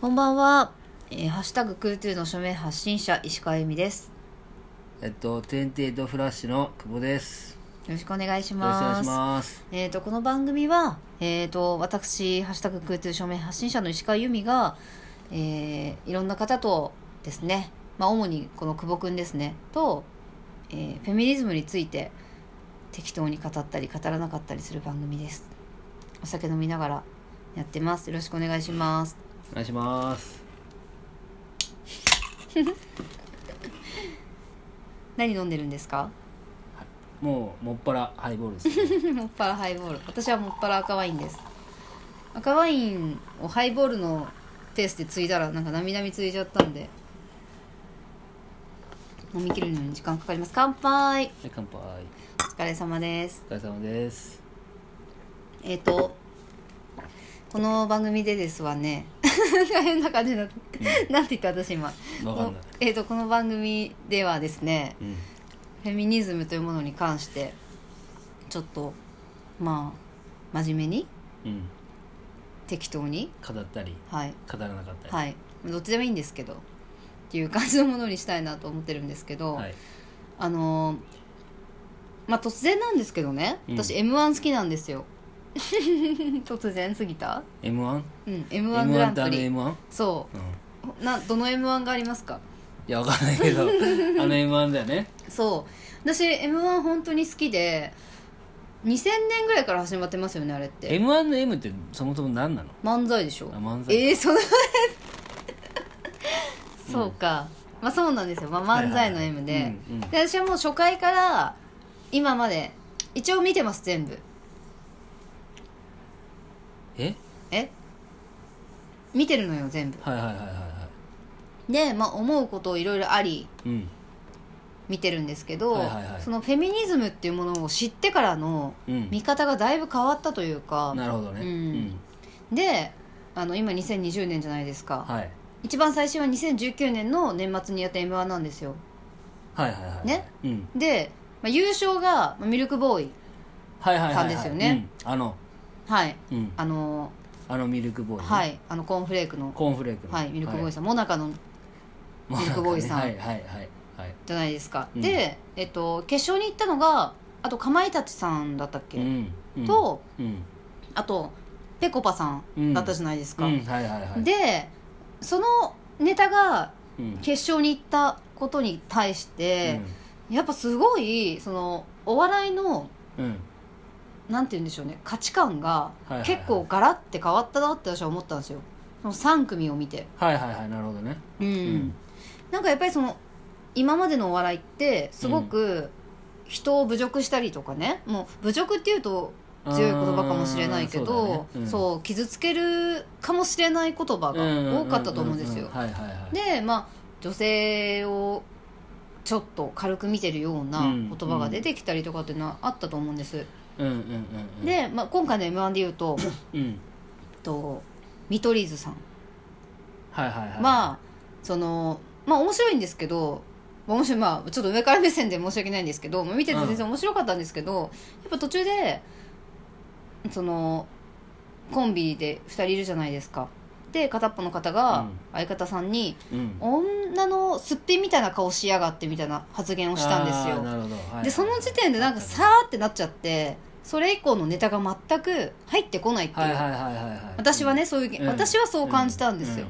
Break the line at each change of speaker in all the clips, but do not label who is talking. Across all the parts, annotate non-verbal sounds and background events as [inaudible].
こんばんは。えーハッシュタグクートゥーの署名発信者、石川由美です。
えっと、テンテイドフラッシュの久保です。
よろしくお願いし
よろしくお願
ま
いし
す。
ます。
えっ、と、この番組は、えっ、と、私、ハッシュタグクートゥー署名発信者の石川由美が、えーいろんな方とですね、まあ、主にこの久保くんですね、と、えーフェミニズムについて適当に語ったり、語らなかったりする番組です。お酒飲みながらやってます。よろしくお願いします。
お願いします。
何飲んでるんですか
もう、もっぱらハイボールです、ね。 [laughs]
[laughs] もっぱらハイボール私はもっぱら赤ワインです赤ワインをハイボールのペースで継いだらなんか涙みついちゃったんで飲み切るのに時間かかります乾杯
はい、乾杯。
お疲れ様です
お疲れ様です。
えっ、とこの番組でですわね [laughs] 変な感じになって、なんて言った私今
わかんない。
えっ、とこの番組ではですね
うん。
フェミニズムというものに関してちょっとまあ真面目に
うん。
適当に
語ったり、
はい
語らなかったり。
はいどっちでもいいんですけどっていう感じのものにしたいなと思ってるんですけど、
はい。
あのーまあ突然なんですけどね
うん
私 m 1好きなんですよ [laughs] 突然すぎた
M1?M1
うん m 1グラン
ってあ
プ
の
リ
M1?
そ
うん。いう
などの m 1がありますか
や、わかんない
[laughs]
けど、あの M1 だよね。
そう私 m 1本当に好きで2000年ぐらいから始まってますよねあれって、
M1 の M ってそもそも何なの
漫才でしょ
あ漫才
えー、その [laughs] そうか、まあそうなんですよ、まあ、漫才の M で,、
はいはいはいうんうん
で私はもう初回から今まで一応見てます全部
え
え見てるのよ全部
はいはいはいはいは
で、まあ、思うこといろいろあり
い。うん。
見てるんですけど、
はいはいはい
そのフェミニズムっていうものを知ってからの
うん
見方がだいぶ変わったというか、
なるほどね。
う
うんん。
であの今2020年じゃないですか、
はい。
一番最新は2019年の年末にやった m 1なんですよ
はいはいはい。
ね。
うん。
で、まあ、優勝がまあミルクボーイ
はいはいはいは
さ
い。
んですよね
うん。あの、
はい
うん。
あの
あのミルクボーイね。
はいあのコーンフレークの
コーンフレークの
はいミルクボーイさん、モナカの
もう
ミルクボーイさん
はいはいはいはい
じゃないですか、
うん
で、えっと、決勝に行ったのがあとかまいたちさんだったっけ、
うんうん
と
うん
あとぺこぱさんだったじゃないです
う
か、
んはいはいはい
でそのネタが
うん
決勝に行ったことに対して、やっぱすごいそのお笑いの
うんうん
なんて言うんでしょうね価値観が
いはいはい
結構ガラッて変わったなって私は思ったんですよその3組を見て
はいはいはいなるほどね
うん、
ん
なんかやっぱりその今までのお笑いってすごく人を侮辱したりとかねもう侮辱っていうと強い言葉かもしれないけど
あーそうだねうん
そう傷つけるかもしれない言葉が多かったと思うんですよ
はいはいはい
でまあ女性をちょっと軽く見てるような言葉が出てきたりとかっていうのはあったと思うんです、
うんうんうんうん
で、まあ、今回の m 1で言うと
うん
と見取り図さん
はいはいはい
まあそのまあ面白いんですけどまあ面白いまあちょっと上から目線で申し訳ないんですけどまあ見てて全然面白かったんですけど、やっぱ途中でそのコンビで2人いるじゃないですかで片っぽの方
う
が
ん
相方さんに
うん
「女のすっぴんみたいな顔しやがって」みたいな発言をしたんです
あーな
よ
るほどはい
でその時点でなんかさーってなっちゃってそれ以降のネタが全く入ってこないっていう、
はいはいはいはいはい
私はねそういう、
うん
私はそう感じたんですよ、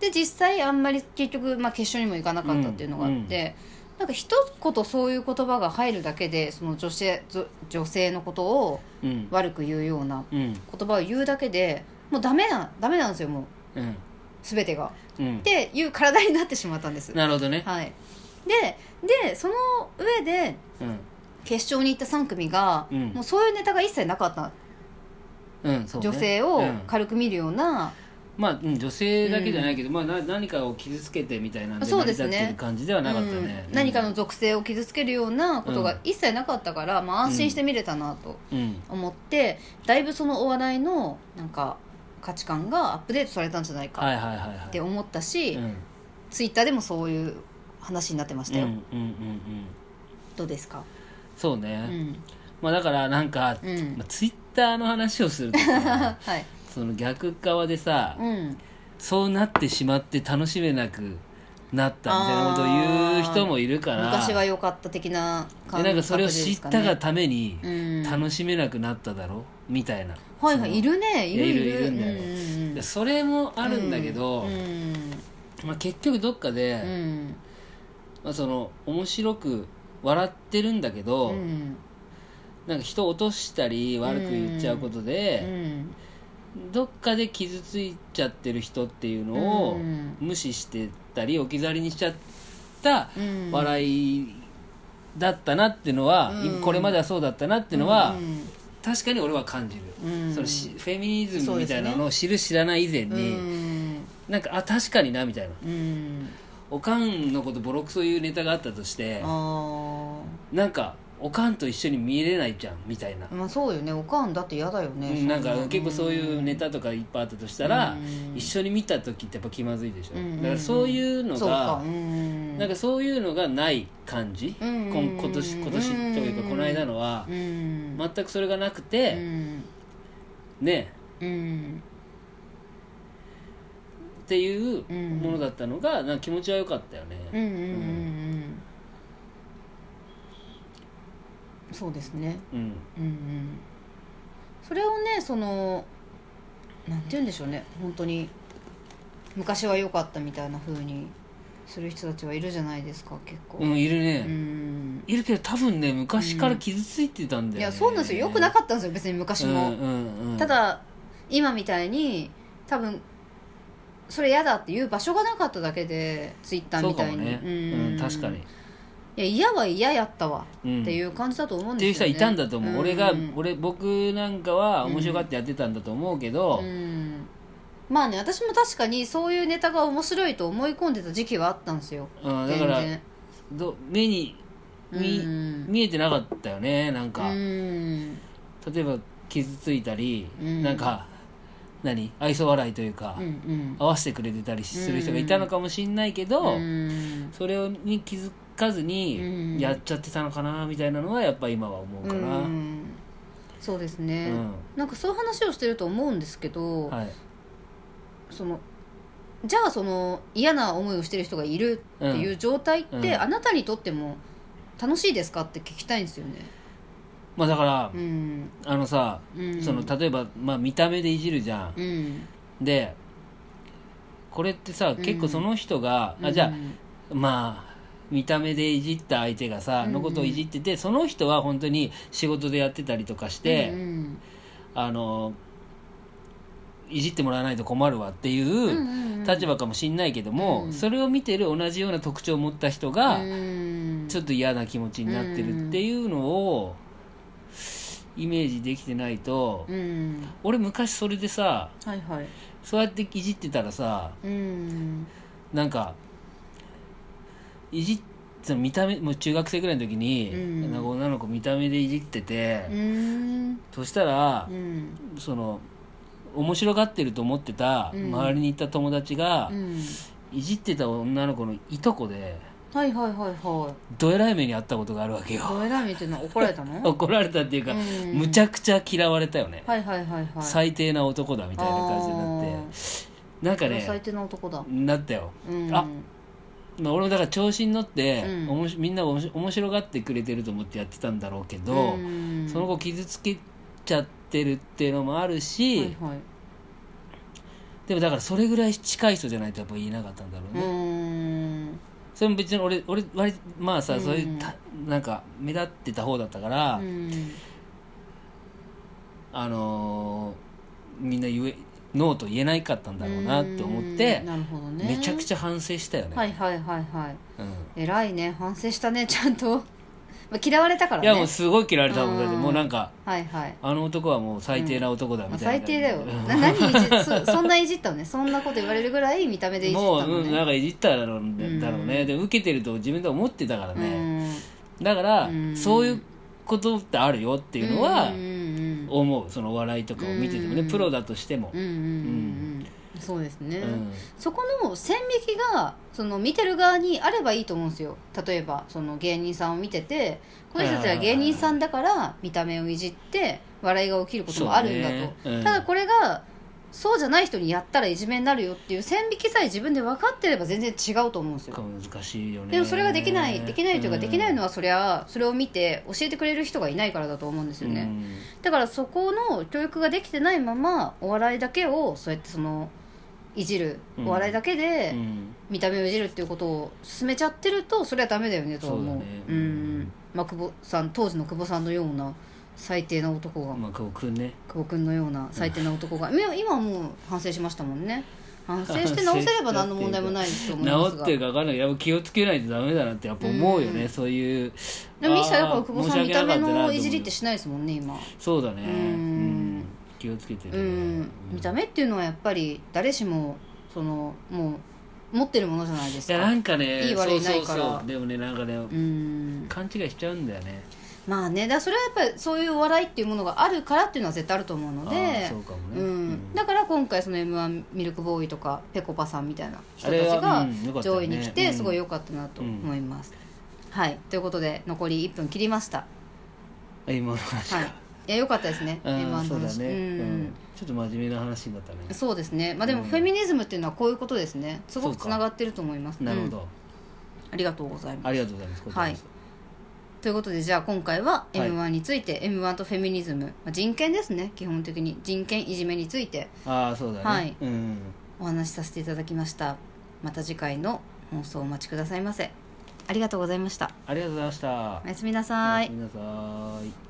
で実際あんまり結局、まあ、決勝にも行かなかったっていうのがあって、なんか一言そういう言葉が入るだけでその女性ぞ女性のことを
うんうん
悪く言うような
うん
言葉を言うだけでもうダメなダメなんですよもう
うん
全てが。
うん
っていう体になってしまったんです。
なるほどね
[laughs] はい、ででその上で
うん
決勝に行った3組が、
うん
もうそういうネタが一切なかった、
うんそうね
女性を
うん
軽く見るような、
まあ、うん女性だけじゃないけど、まあ、な何かを傷つけてみたいなんで
そうですね
成り立ってる感じではなかったね、
う
うんん
何かの属性を傷つけるようなことが一切なかったから、まあ、安心して見れたなと
うん
思ってだいぶそのお笑いのなんか価値観がアップデートされたんじゃないか
は
っ
いはいはいはい
て思ったし、
うん
ツイッターでもそういう話になってました
うん
よ、
うんうんうん
どうですか、
そう
う
ね、
ん
まあだからなんか、
うん [laughs]
まあ、ツイッターの話をするとさ
はい
その逆側でさ、
うん
そうなってしまって楽しめなくなったみたいなことを言う人もいるから
昔は良かった的な
で
感覚
なんかそれを知ったが
で
ために
すかね、うん、
楽しめなくなっただろみたいな、
はいはいいるねいるいる
いるいるんだよね
うんうんうん
それもあるんだけど、
うん
まあ、結局どっかで、
うん
まあ、その面白く笑ってるんだけど、
うん
なんか人を落としたり悪く言っちゃうこと
う
で、
ん
どっかで傷ついちゃってる人っていうのを
うん
無視してたり置き去りにしちゃった
うん
笑いだったなっていうのは、
うん
これまではそうだったなっていうのは、
うん
確かに俺は感じる、
うん
そのしフェミニズムみたいなのを知る知らない以前
う
に、
ん
なんかあ確かになみたいな
うん
おかんのことボロクソ言うネタがあったとして
あ
なんかおかんと一緒に見れないじゃんみたいな、
あまあそうよねおかんだって嫌だよ
う
ね
んなんか結構そういうネ
タ
タとかいっぱいあったとしたら、
うん
一緒に見た時ってやっぱ気まずいでしょ、
うん
だからそういうの
そう
が
かうん
なんかそういうのがない感じ、
うん
こん今年今年というかこの間のは
う、ん
全くそれがなくて、ね
うん
っていう
うん
ものだったのがなんか気持ちは良かったよね、
うんうんうんうんそうですね
うん
うんうんそれをねそのなんて言うんでしょうね本当に昔は良かったみたいな風にする人たちはいるじゃないですか結構
うん、いる
う
ね、
ん
いるけど多分ね昔から傷ついてたんだよ、ね
いやそうなんですよ良くなかったんですよ別に昔も、
うんうんうん
ただ今みたいに多分それ嫌だっていう場所がなかっただけでツイッター
そう
み
か
た
も
いに
ね、うん確かに、
いや嫌は嫌やったわ
うん、
っていう感じだと思うん
ってい
で
う
す
人
よ、
は
ね
いたんだと思う、俺が
うん
俺僕なんかは面白がってやってたんだと思うけど、
うんまあね私も確かにそういうネタが面白いと思い込んでた時期はあったんですよ
うんだ
全
から
然
ど目に見,、
うん
見えてなかったよねなんか、
うん
例えば傷ついたり、
うん
なんか何愛想笑いというか、
うんうん
合わせてくれてたりする人がいたのかもしんないけど、
うん
それに気づかず
うん
にやっちゃってたのかなみたいなのはやっぱ今は思うかな、
うんそうですね、
うん
なんかそういう話をしてると思うんですけど、
はい
そのじゃあその嫌な思いをしてる人がいるっていう状態って、
うんうん
あなたにとっても楽しいですかって聞きたいんですよね。
まあだから、
うん
あのさ、
うん、
その例えば、まあ、見た目でいじるじゃん、
うん、
でこれってさ結構その人が、
う
あ
ん
じゃあまあ見た目でいじった相手がさ、
うん
のことをいじっててその人は本当に仕事でやってたりとかして、
うん
あのいじってもらわないと困るわってい
うんう
う
ん
立場かもしんないけども、
うん
それを見てる同じような特徴を持った人が、
うん
ちょっと嫌な気持ちになってるっていうのをイメージできてないと、
うん、
俺昔それでさ
はいはい、
そうやっていじってたらさ
うん、
なんかいじっその見た目もう中学生ぐらいの時に、
うん
なんか女の子見た目でいじってて、
うん、
そしたら
う、ん、
その面白がってると思ってた
うん
周りにいた友達が、
うん、
いじってた女の子のいとこで
はいはいはいは
どえらい目にあったことがあるわけ
い、
よ
どえらい目っていうのは怒られたの？
[laughs] 怒られたっていうか、
うん
むちゃくちゃ嫌われたよね、
はいはいはいはい、
最低な男だみたいな感じになってなん
あ
か
ー最
ね
低な男だ、
なったよ
うん、
あまあ、俺もだから調子に乗って、
うん
おもしみんながおもし面白がってくれてると思ってやってたんだろうけど、
うん
その後傷つけちゃってるっていうのもあるし、
はいはい、
でもだからそれぐらい近い人じゃないとやっぱ言えなかったんだろう
う
ね、
ーん
それも別に俺俺割とまあさ、
うん
そういうたなんか目立ってた方だったから、
うん
あのーみんな言えノーと言えないかったんだろうなって思って
うん、なるほどね
めちゃ
ゃ
くちゃ反省したよね、
はいはいはいはい
うん
偉いね反省したねちゃんと [laughs] まあ嫌われたから
い
ね
やもうすごい嫌われたもんだって
うん
もうなんか
はいはい
あの男はもう最低な男だ
ま
み
あ
た
最
いな、
低だよな何いじそそんないじったのねそんなこと言われるぐらい見た目でいじった
も
の
う、うん、
ね
なんかいじっただろうね,、
うん
だろうねで受けてると自分では思ってたから
う
ね、
ん
だから、
うん
そういうことってあるよっていうのは
うんうん
思うその笑いとかを見ててもね、
うん
プロだとしても
うんうんう、んうんそうですね、
うん
そこの線引きがその見てる側にあればいいと思うんですよ例えばその芸人さんを見ててこの人たちは芸人さんだから見た目をいじって笑いが起きることもあるんだと、
そうねうん
ただこれがそうじゃない人にやったらいじめになるよっていう線引きさえ自分で分かってれば全然違うと思うんですよ
難しいよね
でもそれができないできないというかできないの
は
はそりゃそれを見て教えてくれる人がいないからだと思うんですよね、だからそこの教育ができてないままお笑いだけをそうやってそのいじる
うん
お笑いだけ
う
で
ん
見た目をいじるっていうことを進めちゃってるとそれはダメだよねとは思う
そうだね
ん、まあ、久保さん当時の久保さんのような最低な男が、
まあこうくんね
久保君のような最低な男がいや今はもう反省しましたもんね反省して直せれば何の問題もないと思いま
治
す
っ
が
てるか分かんないけどやっぱ気をつけないとダメだなってやっぱ思うよね、
うん
そういう
でもミシャだか
あ
ら
ー
久保さ
申
ん
し
見
訳
た
なか
目
ったな
の
思う
いじりってしないですもんね今
そうだね、
うん
うん気をつけてる
う
ね、
ん見た目っていうのはやっぱり誰しもそのもう持ってるものじゃないです
いや
か
なんかね
いい悪いないから
そうそうそうでもねなんかね、
うん
勘違いしちゃうんだよね
まあねだからそれはやっぱりそういうお笑いっていうものがあるからっていうのは絶対あると思うの
あー
で
そうかも
う
ね、うん
ん、だから今回その m 1ミルクボーイとかぺこぱさんみたいな人たちが
あれはうんよかったよね
上位に来
う
て
ん
すごい良かったなと思います、はいということで残り1分切りました
あ今の話か、 [laughs]
はいいや良かったですね
うん
m 1の話
そうだ
う
ね、
ん
うんちょっと真面目な話になったね
そうですねまあでも
うん
フェミニズムっていうのはこういうことですねすごく
そうか
つながってると思います
なるほど、
うんありがとうございます
ありがとうございますこちらこそ
ということでじゃあ今回は m
は
1について、m 1とフェミニズム、まあ、人権ですね基本的に人権いじめについて
ああそうだね、
はい
うん
お話しさせていただきましたまた次回の放送をお待ちくださいませありがとうございました
ありがとうございました
おやすみな
お
さ
や
い
すみなさい